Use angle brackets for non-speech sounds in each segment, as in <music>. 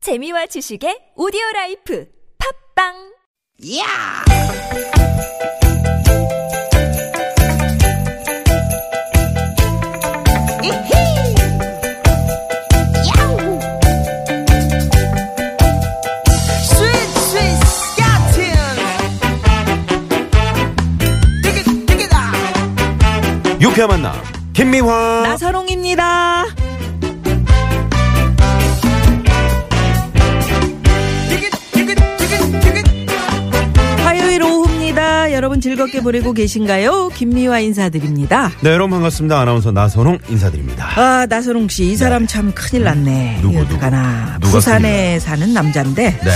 재미와 지식의 오디오 라이프 팝빵 이야! 이히! 야우! 스윗, 스윗, 스캇틴! 띠깃, 띠깃아! 유쾌한 만남 김미화 나서롱입니다. 띠깃, 띠깃, 띠깃, 띠깃! 화요일 오후입니다. 여러분 즐겁게 보내고 계신가요? 김미화 인사드립니다. 네 여러분 반갑습니다 아나운서 나선홍 인사드립니다 아, 나서롱 씨, 이 사람 참 큰일 났네. 음, 누구, 누구? 어떡하나. 누가 큰일 부산에 사는 남자인데. 네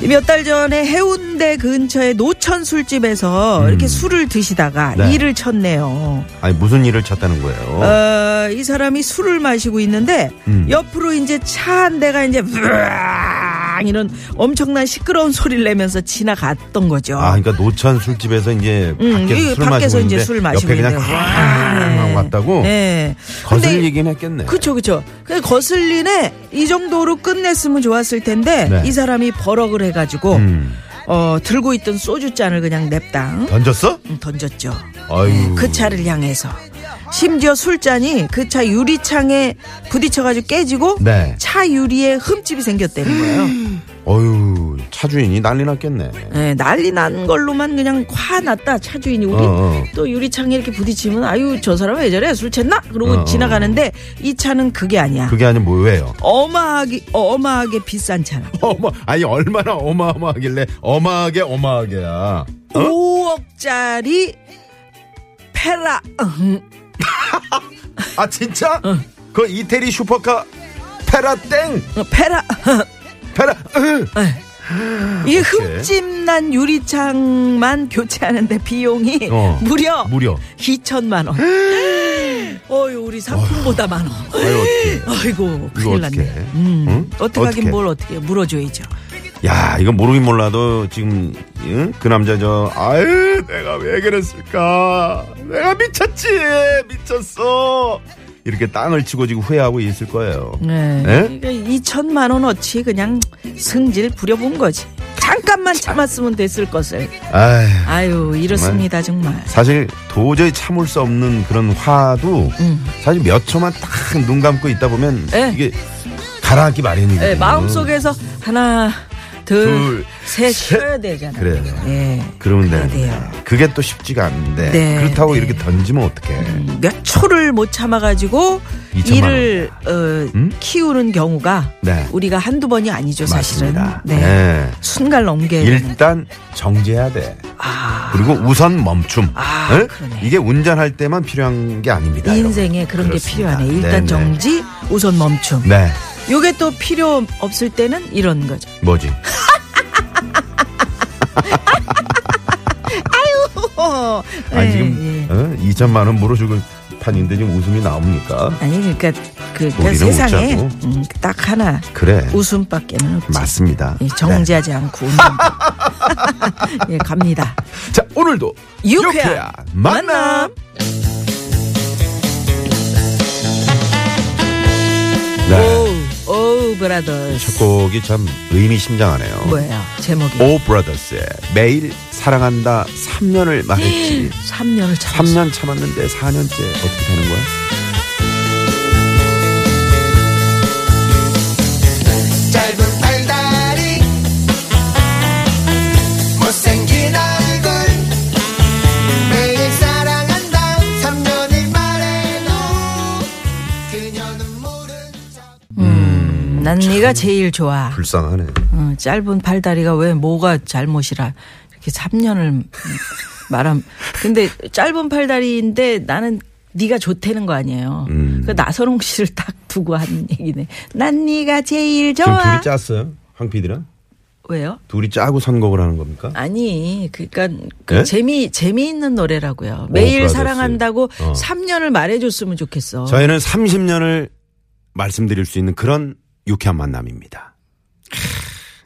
몇 달 전에 해운대 근처의 노천 술집에서 이렇게 술을 드시다가 음. 네. 일을 쳤네요. 아니 무슨 일을 쳤다는 거예요 어, 이 사람이 술을 마시고 있는데 음. 옆으로 이제 차 한 대가 이제 으앙 이런 엄청난 시끄러운 소리를 내면서 지나갔던 거죠. 아 그러니까 노천 술집에서 이제 음, 밖에서 이 술 밖에서 마시고 이제 있는데 술 마시고 옆에 그냥 있는데. 쾅 하고 왔다고 네. 근데 거슬리긴 했겠네 그쵸 그쵸. 그 거슬리네 이 정도로 끝냈으면 좋았을 텐데 네. 이 사람이 버럭을 해가지고 음, 어 들고 있던 소주 잔을 그냥 냅당 던졌어? 던졌죠. 아유 그 차를 향해서 심지어 술잔이 그 차 유리창에 부딪혀가지고 깨지고 네. 차 유리에 흠집이 생겼다는 거예요. 어유 차주인이 난리 났겠네 네, 난리 난 걸로만 그냥 화났다 차주인이 우리 어, 어. 또 유리창에 이렇게 부딪히면 아유 저 사람 왜 저래 술 챘나? 그러고 어, 어. 지나가는데 이 차는 그게 아니야. 그게 아니 뭐예요 <laughs> 어마하게 어마하게 비싼 차라. 어마 아니 얼마나 어마어마하길래 어마하게 어마하게야 5억짜리 페라 음, 아 진짜? 그 이태리 슈퍼카 페라땡 페라 페라 으. 이 흠집난 유리창만 교체하는데 비용이 어. 무려 무려 <gasps> 2천만 원. 어유 우리 상품보다 많어. 아유 어떡해 아이고 큰일 났네. 어떡해. 음. 응? 어떻게 하긴 어떡해. 뭘 어떻게 해. 물어줘야죠. 야, 이건 모르긴 몰라도 지금 응? 그 남자 저 아유 내가 왜 그랬을까? 내가 미쳤지, 미쳤어. 이렇게 땅을 치고 지금 후회하고 있을 거예요. 네. 예? 그러니까 2천만 원 어치 그냥 승질 부려본 거지. 잠깐만 참았으면 됐을 것을. 아휴, 아유 이렇습니다 정말. 사실 도저히 참을 수 없는 그런 화도 사실 몇 초만 딱 눈 감고 있다 보면 음. 예. 이게 가라앉기 마련이거든요. 예, 마음속에서 하나 둘, 둘셋 쉬어야 되잖아. 그래요. 예. 그러면 그래야 되는데 돼요. 그게 또 쉽지가 않은데 네, 그렇다고 네. 이렇게 던지면 어떡해. 몇 그러니까 초를 못 참아가지고 2천만 음? 이를 어, 키우는 경우가 네. 우리가 한두 번이 아니죠 사실은. 맞습니다. 네. 네. 순간 넘겨야 되는. 일단 정지해야 돼. 아, 그리고 우선 멈춤. 아, 응? 그러네. 이게 운전할 때만 필요한 게 아닙니다. 인생에 여러분. 그런 그렇습니다. 게 필요하네. 일단 네네. 정지, 우선 멈춤. 네, 요게 또 필요 없을 때는 이런 거죠. 뭐지? 호호. 아니 예, 지금 예. 어? 2천만 원 물어주고 판인데 지금 웃음이 나옵니까? 아니 그러니까 그 우리는 세상에 웃자고. 음, 딱 하나 그래. 웃음밖에는 없지. 맞습니다. 예, 정지하지 않고 <laughs> 웃는 거. 예, 갑니다. 네. 자, 오늘도 유쾌한 유쾌한 만남. 만남. 네. 오우, 오우 브라더스. 첫 곡이 참 의미심장하네요. 뭐예요? 제목이. 오 브라더스의 매일 사랑한다 3년을 말했지. 네. 3년을 참. 3년 참았는데 4년째 어떻게 되는 거야? 짧은 팔다리 못생긴 얼굴 매일 사랑한다 3년을 말해도 그녀는 모른 척 난 네가 제일 좋아. 불쌍하네. 어, 짧은 팔다리가 왜 뭐가 잘못이라 이렇게 3년을 말함. 근데 짧은 팔다리인데 나는 네가 좋다는 거 아니에요. 음. 그 나선홍 씨를 딱 두고 한 얘기네. 난 네가 제일 지금 좋아. 둘이 짰어요? 황 PD랑? 왜요? 둘이 짜고 선곡을 하는 겁니까? 아니, 그러니까 그 예? 재미 재미있는 노래라고요. 매일 브라더스. 사랑한다고 어. 3년을 말해줬으면 좋겠어. 저희는 30년을 말씀드릴 수 있는 그런 유쾌한 만남입니다.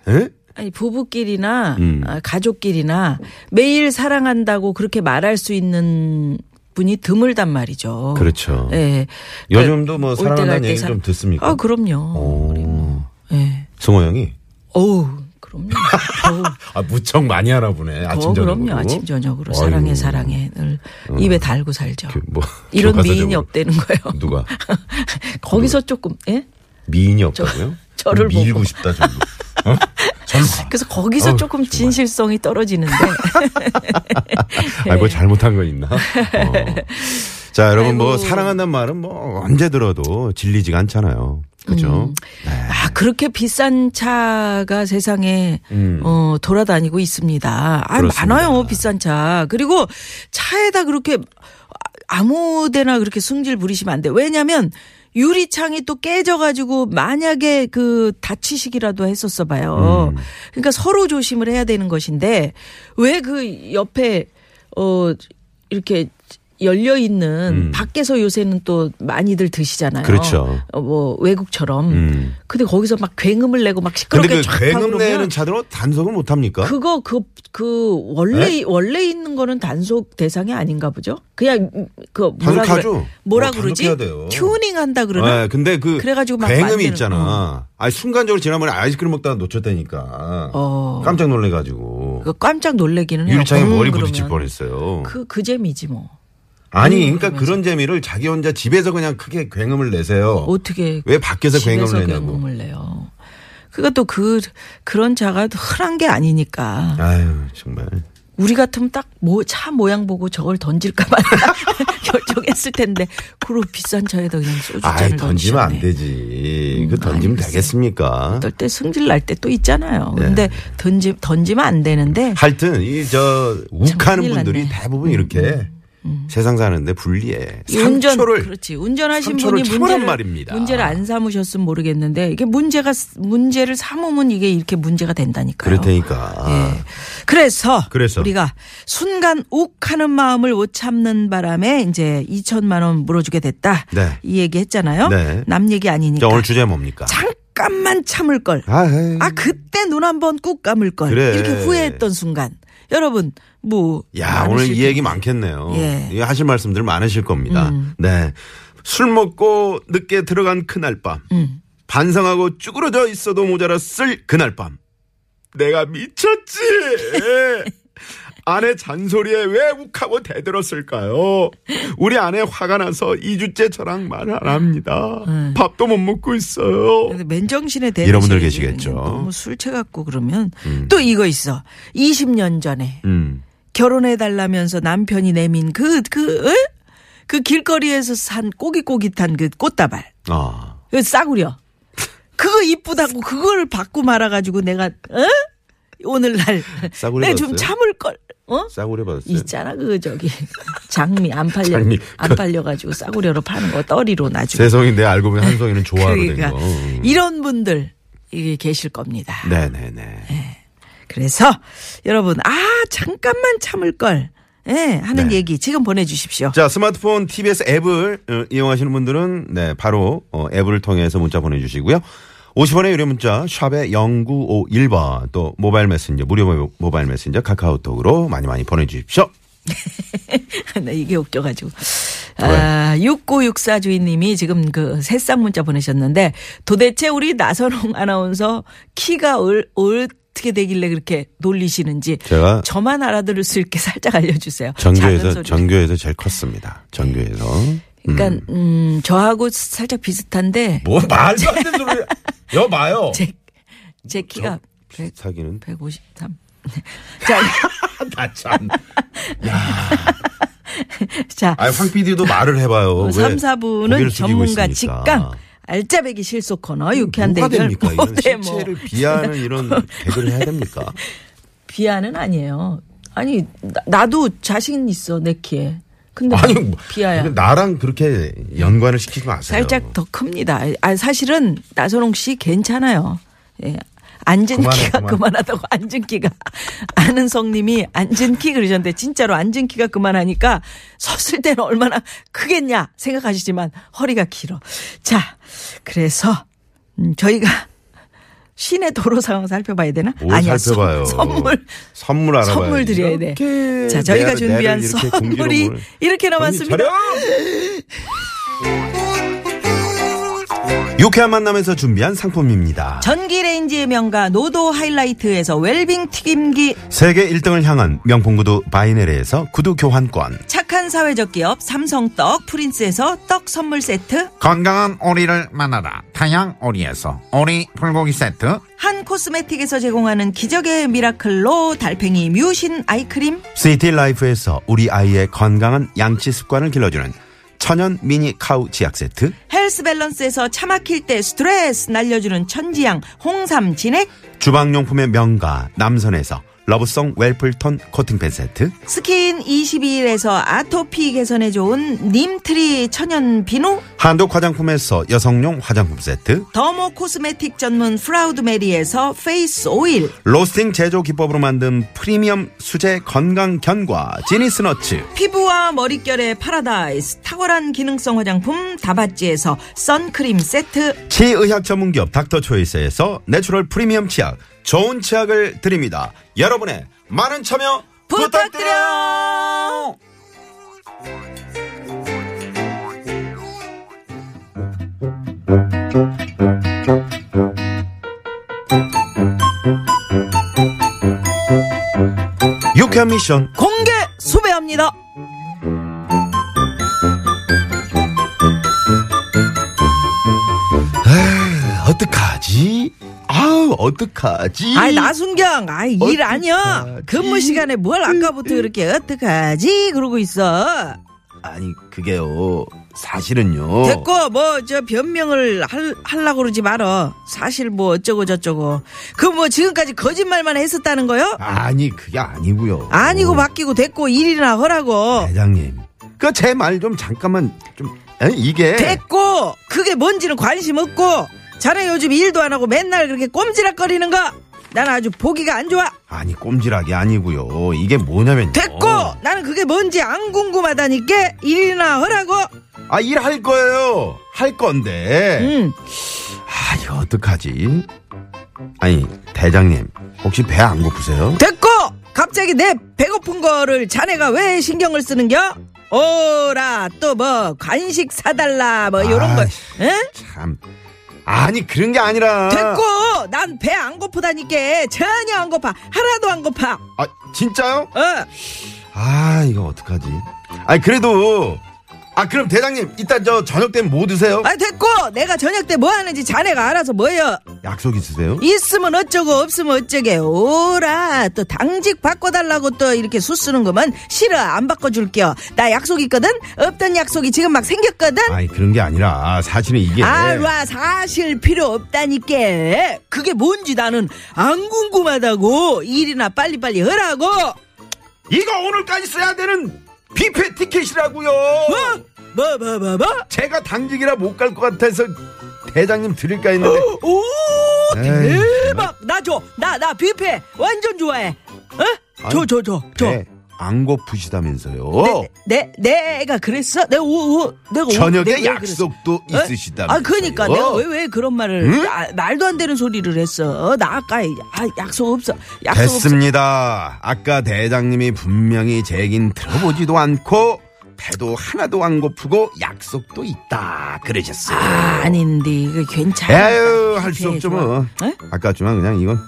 에? 아니 부부끼리나 음. 아, 가족끼리나 매일 사랑한다고 그렇게 말할 수 있는 분이 드물단 말이죠. 그렇죠. 예. 요즘도 뭐 올 사랑한다는 때갈 얘기 때 좀 어. 사랑- 듣습니까? 아 그럼요. 오. 예. 성호 형이 어우, 그럼요. 어우, 아 무척 많이 <laughs> 알아보네 어, 아침 저녁으로. 그럼요. 아침 저녁으로 아이고. 사랑해 사랑해 늘 입에 달고 살죠. 그, 뭐 <laughs> 이런 교과서적으로. 미인이 없다는 거예요. 누가 <laughs> 거기서 조금 <laughs> 예? 미인이 없다고요? 저를 밀고 보고. 싶다 <laughs> 저를. 어? 저를 봐. 그래서 거기서 어우, 조금 정말. 진실성이 떨어지는데 아니 네. 뭐 잘못한 건 있나? 어. <laughs> 자 여러분 뭐 사랑한다는 말은 뭐 언제 들어도 질리지가 않잖아요. 그죠? 네. 아 그렇게 비싼 차가 세상에 어 돌아다니고 있습니다. 아 음. 그렇습니다. 많아요 비싼 차. 그리고 차에다 그렇게 아무데나 그렇게 승질 부리시면 안 돼. 요 왜냐하면 유리창이 또 깨져가지고 만약에 그 다치시기라도 했었어 음. 봐요. 그러니까 서로 조심을 해야 되는 것인데 왜 그 옆에 어 이렇게 열려 있는 밖에서 요새는 또 많이들 드시잖아요. 음. 그렇죠. 어, 뭐 외국처럼. 음. 근데 거기서 막 굉음을 내고 막 근데 시끄럽게 그 쫙 하고 굉음 그러면 내는 차들은 단속을 못 합니까? 그거 그 그 원래 네? 원래 있는 거는 단속 대상이 아닌가 보죠. 그냥 음, 그 뭐라 단속하죠. 그래 뭐라 어, 그러지? 단속해야 돼요. 튜닝한다 그러나 네, 근데 그 그래가지고 막 굉음이 만드는- 있잖아. 아 순간적으로 지난번에 아이스크림 먹다가 놓쳤다니까. 어. 깜짝 놀래가지고 그거 깜짝 놀래기는 해요. 유리창에 음, 머리 그러면. 부딪힐 뻔했어요. 그, 음, 그 재미지 뭐. 아니 그러니까 그런 재미를 자기 혼자 집에서 그냥 크게 굉음을 내세요. 어떻게 왜 밖에서 집에서 굉음을 내냐고. 굉음을 내요. 그가 또 그 그런 자가 흔한 게 아니니까 아유 정말. 우리 같으면 딱 뭐 차 모양 보고 저걸 던질까 말까 <laughs> 결정했을 텐데 그리고 비싼 차에다 그냥 소주 아이 잔을 던지면 안 던지셨네. 음, 되지. 그 던지면 알겠어요. 되겠습니까? 어떨 때 승질 날 때 또 있잖아요. 근데 던지 던지면 안 되는데 네. 하여튼 이 저 욱하는 큰일 분들이 났네. 음, 대부분 이렇게 세상 사는데 불리해. 이 운전 그렇죠. 3초를 그렇지 운전하신 삼초를 분이 참으란 문제를 말입니다. 문제를 안 삼으셨으면 모르겠는데 이게 문제가 문제를 삼으면 이게 이렇게 문제가 된다니까요. 그럴 테니까. 예. 그래서, 아. 그래서. 우리가 순간 욱하는 마음을 못 참는 바람에 이제 2천만 원 물어주게 됐다. 네. 이 얘기 했잖아요. 네. 남 얘기 자 아니니까. 오늘 주제 뭡니까? 잠깐만 참을 걸. 아, 에이. 아 그때 눈 한 번 꾹 감을 걸. 그래. 이렇게 후회했던 순간. 여러분 뭐 야 오늘 이 얘기 많겠네요. 예. 이 하실 말씀들 많으실 겁니다. 네. 술 먹고 늦게 들어간 그날 밤. 반성하고 쭈그러져 있어도 모자랐을 그날 밤. 내가 <laughs> 미쳤지. 아내 잔소리에 왜 욱하고 대들었을까요? 우리 아내 화가 나서 2주째 저랑 말 안 합니다. 밥도 못 먹고 있어요. 근데 맨정신에 대해 이런 분들 계시겠죠. 너무 술 취갖고 그러면 또 이거 있어. 20년 전에 음. 결혼해 달라면서 남편이 내민 그 그 그 길거리에서 산 꼬깃꼬깃한 그 꽃다발 아. 그 싸구려 그거 이쁘다고 그걸 받고 말아가지고 내가 어? 오늘날 싸구려 내가 좀 받았어요? 참을 걸 어? 싸구려 받았어요. 있잖아 그 저기 장미 안 팔려 장미. 안 팔려가지고 싸구려로 파는 거 떨이로 나중에 세성인데 알고 보면 한성이는 뭐 좋아하거든요. 음. 그러니까 이런 분들 이게 계실 겁니다. 네네네. 그래서 여러분 아 잠깐만 참을 걸 예, 하는 네. 얘기 지금 보내주십시오. 자, 스마트폰 TBS 앱을 어, 이용하시는 분들은 네, 바로 어, 앱을 통해서 문자 보내주시고요. 50원의 유료 문자 샵에 0951번 또 모바일 메신저 무료 모- 모바일 메신저 카카오톡으로 많이 많이 보내주십시오. <laughs> 나 이게 웃겨가지고. 아, 6964 주인님이 지금 그 새싹 문자 보내셨는데 도대체 우리 나선홍 아나운서 키가 얼, 어떻게 되길래 그렇게 놀리시는지 제가- 저만 알아들을 수 있게 <laughs> 살짝 알려주세요. 작은 전교에서 소리로. 전교에서 제일 컸습니다. 전교에서 그러니까 음, 저하고 살짝 비슷한데 뭐 말도 안 되는 소리 여봐요. 제, 제 키가 100, 사기는 153. 자, 다 아, 참. <laughs> 자 아니 황 PD도 말을 해봐요. 왜 3, 고개를 숙이고 4부는 전문가 있습니까? 음, 직강 알짜배기 실속 코너 유쾌한 뭐가 대결 됩니까? 이런 모대모 실체를 비하하는 이런 개그를 해야 됩니까? 비하는 아니에요. 아니 나, 도 자신 있어 내 키에. 근데 뭐 아니 네, 뭐, 비하야. 나랑 그렇게 연관을 시키지 마세요. 살짝 더 큽니다. 아, 사실은 나선홍 씨 괜찮아요. 예. 앉은 그만해, 키가 그만. 그만하다고 앉은 키가 <laughs> 아는 성님이 앉은 키 그러셨는데 진짜로 앉은 키가 그만하니까 섰을 때는 얼마나 크겠냐 생각하시지만 허리가 길어. 자, 그래서 음, 저희가 <laughs> 시내 도로 상황 살펴봐야 되나? 뭘 선- 살펴봐요. 선물 선물 알아봐요. 선물 드려야 돼. 이렇게 자, 저희가 내를- 준비한 내를 이렇게 선물이 공기로 이렇게 몰- 나왔습니다. 정신 차려! 유쾌한 만남에서 준비한 상품입니다. 전기레인지의 명가 노도 하이라이트에서 웰빙 튀김기 세계 1등을 향한 명품 구두 바이네르에서 구두 교환권. 착한 사회적 기업 삼성떡 프린스에서 떡 선물 세트 건강한 오리를 만나다 타양 오리에서 오리 불고기 세트 한 코스메틱에서 제공하는 기적의 미라클로 달팽이 뮤신 아이크림 시티 라이프에서 우리 아이의 건강한 양치 습관을 길러주는 천연 미니 카우 치약 세트. 헬스 밸런스에서 차 막힐 때 스트레스 날려주는 천지향 홍삼 진액 주방용품의 명가 남선에서 러브송 웰플톤 코팅팬 세트. 스킨 22일에서 아토피 개선에 좋은 님트리 천연 비누 한독 화장품에서 여성용 화장품 세트. 더모 코스메틱 전문 프라우드메리에서 페이스 오일 로스팅 제조 기법으로 만든 프리미엄 수제 건강 견과 지니스너츠. 피부와 머릿결의 파라다이스 탁월한 기능성 화장품 다바찌에서 선크림 세트 치의학 전문기업 닥터초이스에서 내추럴 프리미엄 치약 좋은 치약을 드립니다. 여러분의 많은 참여 부탁드려요. 유쾌한 미션 공개 수배합니다. 어떡하지? 네, 아우 어떡하지? 아이 나순경, 아이 일 아니야. 근무 시간에 뭘 아까부터 이렇게 어떡하지 그러고 있어. 아니 그게요 사실은요 됐고 뭐 저 변명을 할 하려고 그러지 말어. 사실 뭐 어쩌고 저쩌고. 그 뭐 지금까지 거짓말만 했었다는 거요? 아니 그게 아니고요 아니고 바뀌고 됐고 일이나 아, 하라고. 대장님 그 제 말 좀 잠깐만 좀 에? 이게 됐고 그게 뭔지는 관심 없고 자네 요즘 일도 안 하고 맨날 그렇게 꼼지락거리는 거. 난 아주 보기가 안 좋아. 아니 꼼지락이 아니고요 이게 뭐냐면요 됐고 어. 나는 그게 뭔지 안 궁금하다니까 일이나 하라고 아 일할 거예요 할 건데 응 아 이거 어떡하지 아니 대장님 혹시 배 안 고프세요? 됐고 갑자기 내 배고픈 거를 자네가 왜 신경을 쓰는겨 오라 또 뭐 간식 사달라 뭐 요런 거 아이씨, 응? 참 아니 그런 게 아니라 됐고 난 배 안 고프다니까 전혀 안 고파 하나도 안 고파 아 진짜요? 어 아 이거 어떡하지? 아니 그래도 아 그럼 대장님 이따 저 저녁 때면 뭐 드세요? 아, 됐고 내가 저녁 때 뭐 하는지 자네가 알아서 뭐여 약속 있으세요? 있으면 어쩌고 없으면 어쩌게 오라 또 당직 바꿔달라고 또 이렇게 수쓰는 거면 싫어 안 바꿔줄게요 나 약속 있거든 없던 약속이 지금 막 생겼거든 아니 예. 그런 게 아니라 사실은 이게 알아 사실 필요 없다니까 그게 뭔지 나는 안 궁금하다고 일이나 빨리빨리 하라고 어? 이거 오늘까지 써야 되는 뷔페 티켓이라고요. 뭐 뭐 뭐 뭐 제가 당직이라 못 갈 것 같아서 대장님 드릴까 했는데 오 에이, 대박 나 줘 나 나 뷔페 완전 좋아해 어? 아니, 네. 줘 줘 줘 배 안 고프시다면서요. 내, 네, 내, 내가 네, 그랬어? 내가 오, 오, 내가 오- 내가 저녁에 왜 약속도 그랬어? 있으시다면서요. 아, 그러니까 내가 왜, 왜 그런 말을 나- 말도 안 되는 소리를 했어? 나 아까 아, 약속 없어. 약속 없어. 됐습니다. 아까 대장님이 분명히 제 얘긴 들어보지도 않고 배도 하나도 안 고프고 약속도 있다 그러셨어요. 아, 아닌데 이거 괜찮아. 에휴 할 수 없죠 뭐. 에? 아깝지만 그냥 이건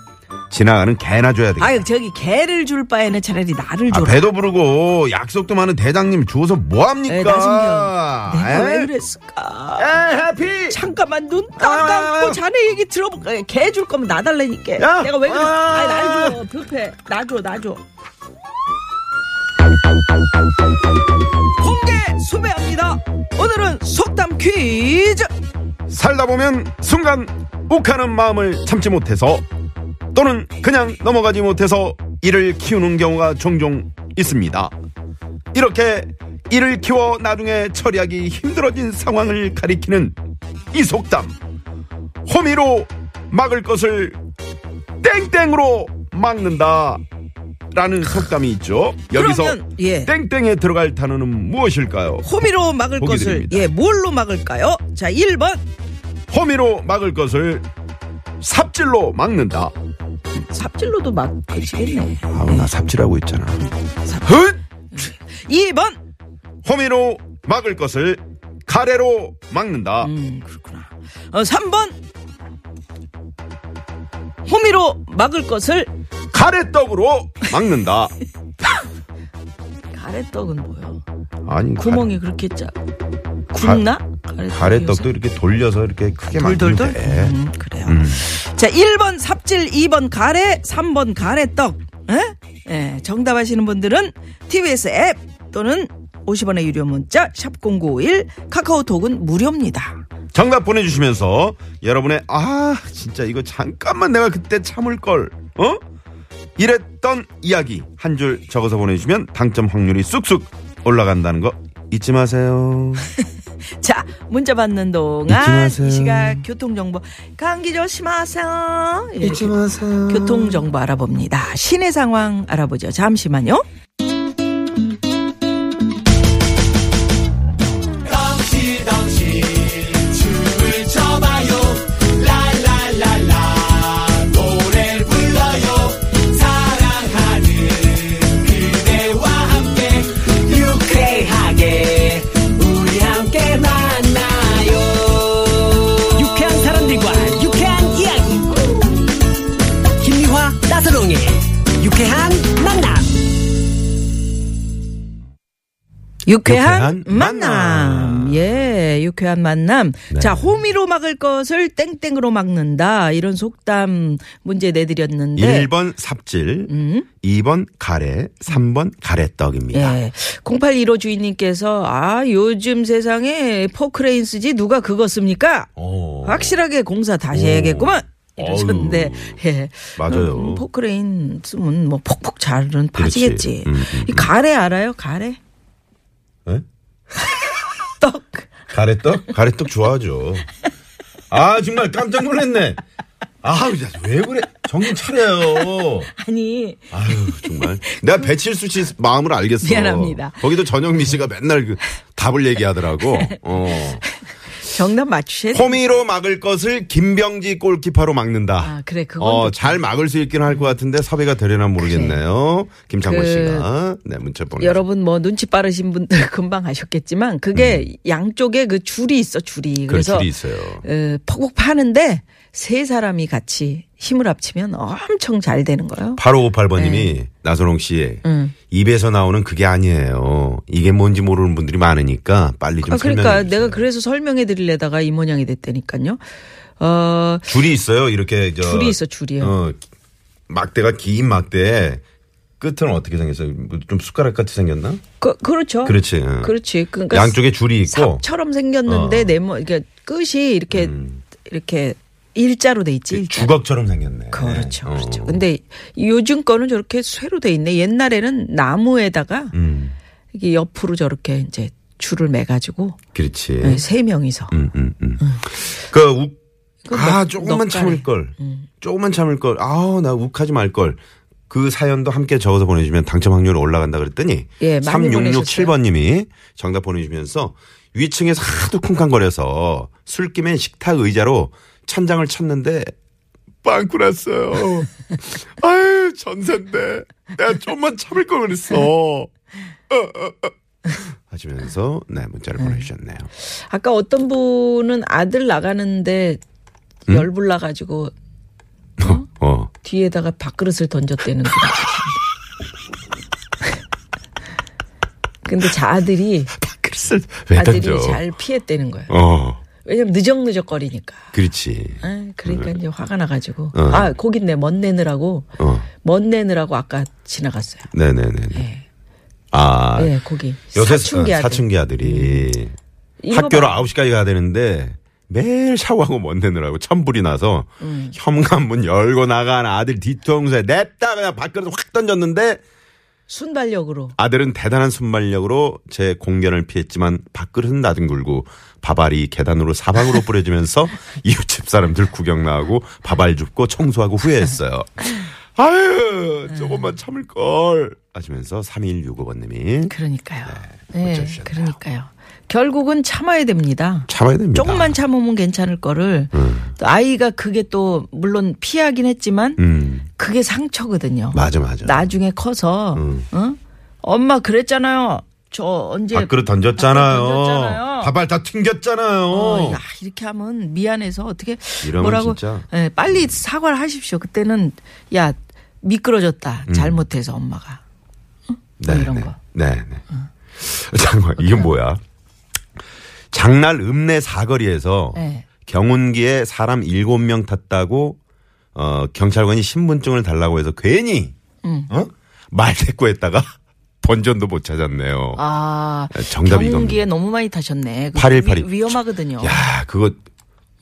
지나가는 개나 줘야 돼. 아유 저기 개를 줄 바에는 차라리 나를 아, 줘라. 배도 부르고 약속도 많은 대장님 줘서 뭐 합니까? 에, 나순경, 내가 왜 그랬을까? 해피. 잠깐만 눈 딱 감고 아유. 자네 얘기 들어볼까? 개 줄 거면 나 달라니까. 야. 내가 왜 그랬어? 아. 아, 날 줘. 뷔페. 나 줘, 나 줘. 공개 수배합니다. 오늘은 속담 퀴즈. 살다 보면 순간 욱하는 마음을 참지 못해서 또는 그냥 넘어가지 못해서 이를 키우는 경우가 종종 있습니다. 이렇게 이를 키워 나중에 처리하기 힘들어진 상황을 가리키는 이 속담. 호미로 막을 것을 땡땡으로 막는다. 라는 속담이 있죠. 여기서 그러면, 예. 땡땡에 들어갈 단어는 무엇일까요? 호미로 막을 보기 것을 드립니다. 예, 뭘로 막을까요? 자, 1번 호미로 막을 것을 삽질로 막는다. 삽질로도 막 되시겠네. 아우 나 삽질하고 있잖아. 헛! 2번 호미로 막을 것을 가래로 막는다. 음, 그렇구나. 어, 3번 호미로 막을 것을 가래떡으로 막는다. 가래떡은 뭐예요? 아니 구멍이 그렇게 짜 굵나? 가래떡이 가래, 떡도 예. 요새? 이렇게 돌려서 이렇게 크게 만들면 돌돌돌? 돼. 음, 그래요. 자, 1번 삽질, 2번 가래, 3번 가래떡. 에? 예, 정답 아시는 분들은 TBS 앱 또는 50원의 유료 문자 샵 0951 카카오톡은 무료입니다. 정답 보내주시면서 여러분의 아 진짜 이거 잠깐만 내가 그때 참을 걸 어? 이랬던 이야기 한 줄 적어서 보내주시면 당첨 확률이 쑥쑥 올라간다는 거 잊지 마세요. 자, 문자 받는 잊지 동안 마세요. 이 시각 교통정보 감기 조심하세요. 이렇게 마세요. 교통정보 알아봅니다. 시내 상황 알아보죠. 잠시만요. 유쾌한 사람들과 유쾌한 이야기 김미화 나서롱의 유쾌한 만남 유쾌한, 유쾌한 만남. 만남. 예, 유쾌한 만남. 네. 자, 호미로 막을 것을 땡땡으로 막는다. 이런 속담 문제 내드렸는데. 1번 삽질, 2번 가래, 3번 가래떡입니다. 음. 예. 0815 주인님께서 아, 요즘 세상에 포크레인스지 누가 그거 씁니까? 오. 확실하게 공사 다시 해야겠구만. 이러셨는데, 예. 맞아요. 음, 포크레인 쓰면 뭐 폭폭 잘은 그렇지. 파지겠지. 음, 음, 이 가래 알아요? 가래? 예? 떡. 가래떡? 가래떡 좋아하죠. 아 정말 깜짝 놀랐네. 아왜 그래? 정신 차려요. 아니, 아유 정말 내가 배칠수 씨 마음을 알겠어. 미안합니다. 거기도 전영미 씨가 맨날 그 답을 얘기하더라고. 어. 정답 맞추셔야 돼. 호미로 막을 것을 김병지 골키퍼로 막는다. 아, 그래, 그건 어, 또- 잘 막을 수 있긴 할 것 같은데 섭외가 되려나 모르겠네요. 김창곤 그- 씨가 네 문자 보내. 여러분 뭐 눈치 빠르신 분들 <laughs> 금방 아셨겠지만 그게 양쪽에 그 줄이 있어 줄이 음. 그런 그래서 줄이 있어요. 어, 퍽퍽 파는데 세 사람이 같이 힘을 합치면 엄청 잘 되는 거예요. 8558번님이 네. 나선홍 씨 음. 입에서 나오는 그게 아니에요. 이게 뭔지 모르는 분들이 많으니까 빨리 좀 아, 그러니까 설명해 주세요. 내가 그래서 설명해 드리려다가 이 모양이 됐다니까요. 어, 줄이 있어요. 이렇게 저 줄이 있어, 줄이요. 어, 막대가 긴 막대에 끝은 어떻게 생겼어요? 뭐좀 숟가락 같이 생겼나? 그, 그렇죠. 그렇지. 어. 그렇지. 그러니까 양쪽에 줄이 있고 삽처럼 생겼는데 어. 음. 네모 그러니까 끝이 이렇게 이렇게 일자로 돼 있지. 그 일자. 주걱처럼 생겼네. 그렇죠, 네. 그렇죠. 어. 근데 요즘 거는 저렇게 쇠로 돼 있네. 옛날에는 나무에다가 음, 이게 옆으로 저렇게 이제 줄을 매가지고 그렇지. 네, 세 명이서 예. 음, 음, 음. 그 욱, 그 아, 넉- 조금만 넉다리. 음. 참을 걸. 조금만 참을 걸. 아우, 나 욱하지 말 걸. 그 사연도 함께 적어서 보내주시면 당첨 확률이 올라간다 그랬더니 예, 많이 3667번님이 정답 보내주시면서 위층에서 하도 쿵쾅거려서 술김에 식탁 의자로 천장을 쳤는데 빵꾸 <laughs> 났어요. 아유, 전세인데. 내가 좀만 참을 걸 그랬어. 어, 어, 어. 하시면서 네 문자를 보내주셨네요. 아까 어떤 분은 아들 나가는데 음? 열불 나가지고 어. 뒤에다가 밥그릇을 <laughs> 던졌대는. 분. 근데 자 아들이 글쎄 왜 아들이 던져? 잘 피했대는 거예요. 어, 왜냐면 늦적늦적거리니까. 그렇지. 아, 그러니까 이제 화가 나가지고 네. 어. 아 거긴데 멋 내느라고 어, 멋 내느라고 아까 지나갔어요. 네네네. 예. 네. 아, 예, 거기 요새 사춘기 아들. 음. 사춘기 아들이 이거 학교를 봐. 9시까지 가야 되는데 매일 샤워하고 못 내느라고 천불이 나서 음. 현관문 열고 나간 아들 뒤통수에 냅다 그냥 밖으로 확 던졌는데 순발력으로 아들은 대단한 순발력으로 제 공견을 피했지만 밥그릇은 나뒹굴고 밥알이 계단으로 사방으로 뿌려지면서 <laughs> 이웃집 사람들 구경 나하고 밥알 줍고 청소하고 후회했어요. 아유 음. 조금만 참을 걸 하시면서 3165번님이 그러니까요. 네, 예, 붙여주셨네요. 그러니까요. 결국은 참아야 됩니다. 참아야 됩니다. 조금만 참으면 괜찮을 거를 또 아이가 그게 또 물론 피하긴 했지만 음 그게 상처거든요. 맞아 음. 맞아. 나중에 커서 어? 엄마 그랬잖아요. 저 언제 밖으로 던졌잖아요. 밖으로 던졌잖아요. 밥알 다 튕겼잖아요. 어, 야, 이렇게 하면 미안해서 어떻게 이러면 뭐라고 진짜. 예, 빨리 사과를 하십시오. 그때는 야 음. 미끄러졌다 잘못해서 엄마가 뭐 이런 네. 거. 네. 네. <laughs> 잠깐 이게 뭐야? 장날 읍내 사거리에서 네. 경운기에 사람 7명 탔다고 어, 경찰관이 신분증을 달라고 해서 괜히 음. 어? 말대꾸했다가 <laughs> 본전도 못 찾았네요. 아 정답이 경운기에 너무 많이 타셨네. 그 8182. 위, 험하거든요 야, 그거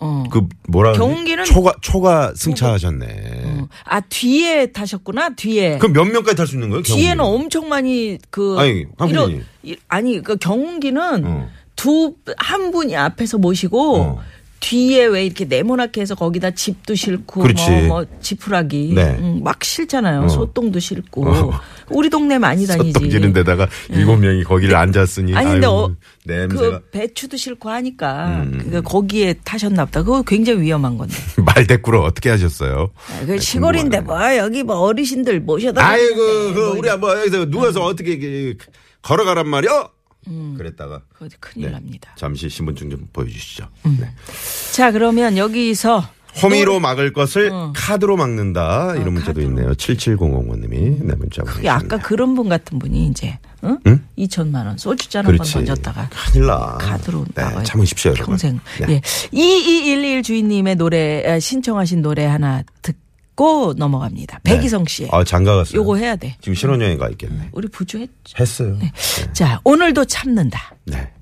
어. 그 뭐라 그러지? 경운기는- 초과 초과 승차하셨네. 어. 아 뒤에 타셨구나 뒤에. 그럼 몇 명까지 탈 수 있는 거예요? 뒤에는 경운기는? 엄청 많이 그 아니, 한 이런- 분이. 이- 아니 그 경운기는 어. 두 한 분이 앞에서 모시고 어. 뒤에 왜 이렇게 네모나게 해서 거기다 집도 싣고 그렇지. 뭐, 뭐 지푸라기 네. 음, 막 싣잖아요. 어. 소똥도 싣고 어. 우리 동네 많이 다니지. 던지는 데다가 일곱 명이 거기를 앉았으니 아니 근데 아유, 어, 냄새가 음. 그 배추도 싣고 하니까 그거 거기에 타셨나 보다. 그거 굉장히 위험한 건데. 그 말대꾸를 어떻게 하셨어요? 아, 그 시골인데 뭐 여기 뭐 어르신들 모셔다. 네, 아이고, 놨는데 그 뭐 우리 한번 여기서 누워서 어떻게 이게 걸어가란 말이요? 음. 그랬다가 그거 큰일 네. 납니다. 잠시 신분증 좀 보여주시죠. 음. 네. 자 그러면 여기서 호미로 막을 것을 음. 카드로 막는다 이런 문제도 있네요. 7705님이 네 문자 아, 그게 아까 보내주셨네요. 그런 분 같은 분이 이제 응? 2천만 원 소주잔 한 번 그렇지. 던졌다가 큰일 나. 카드로 네, 나와요. 참으십시오, 여러분. 평생. 네. 예. 2211 주인님의 노래 에, 신청하신 노래 하나 듣고 넘어갑니다. 백이성 씨의 아 장가 갔어요. 요거 해야 음. 돼. 지금 신혼여행 가 있겠네. 우리 부주했죠. 했어요. 자 오늘도 참는다. 네.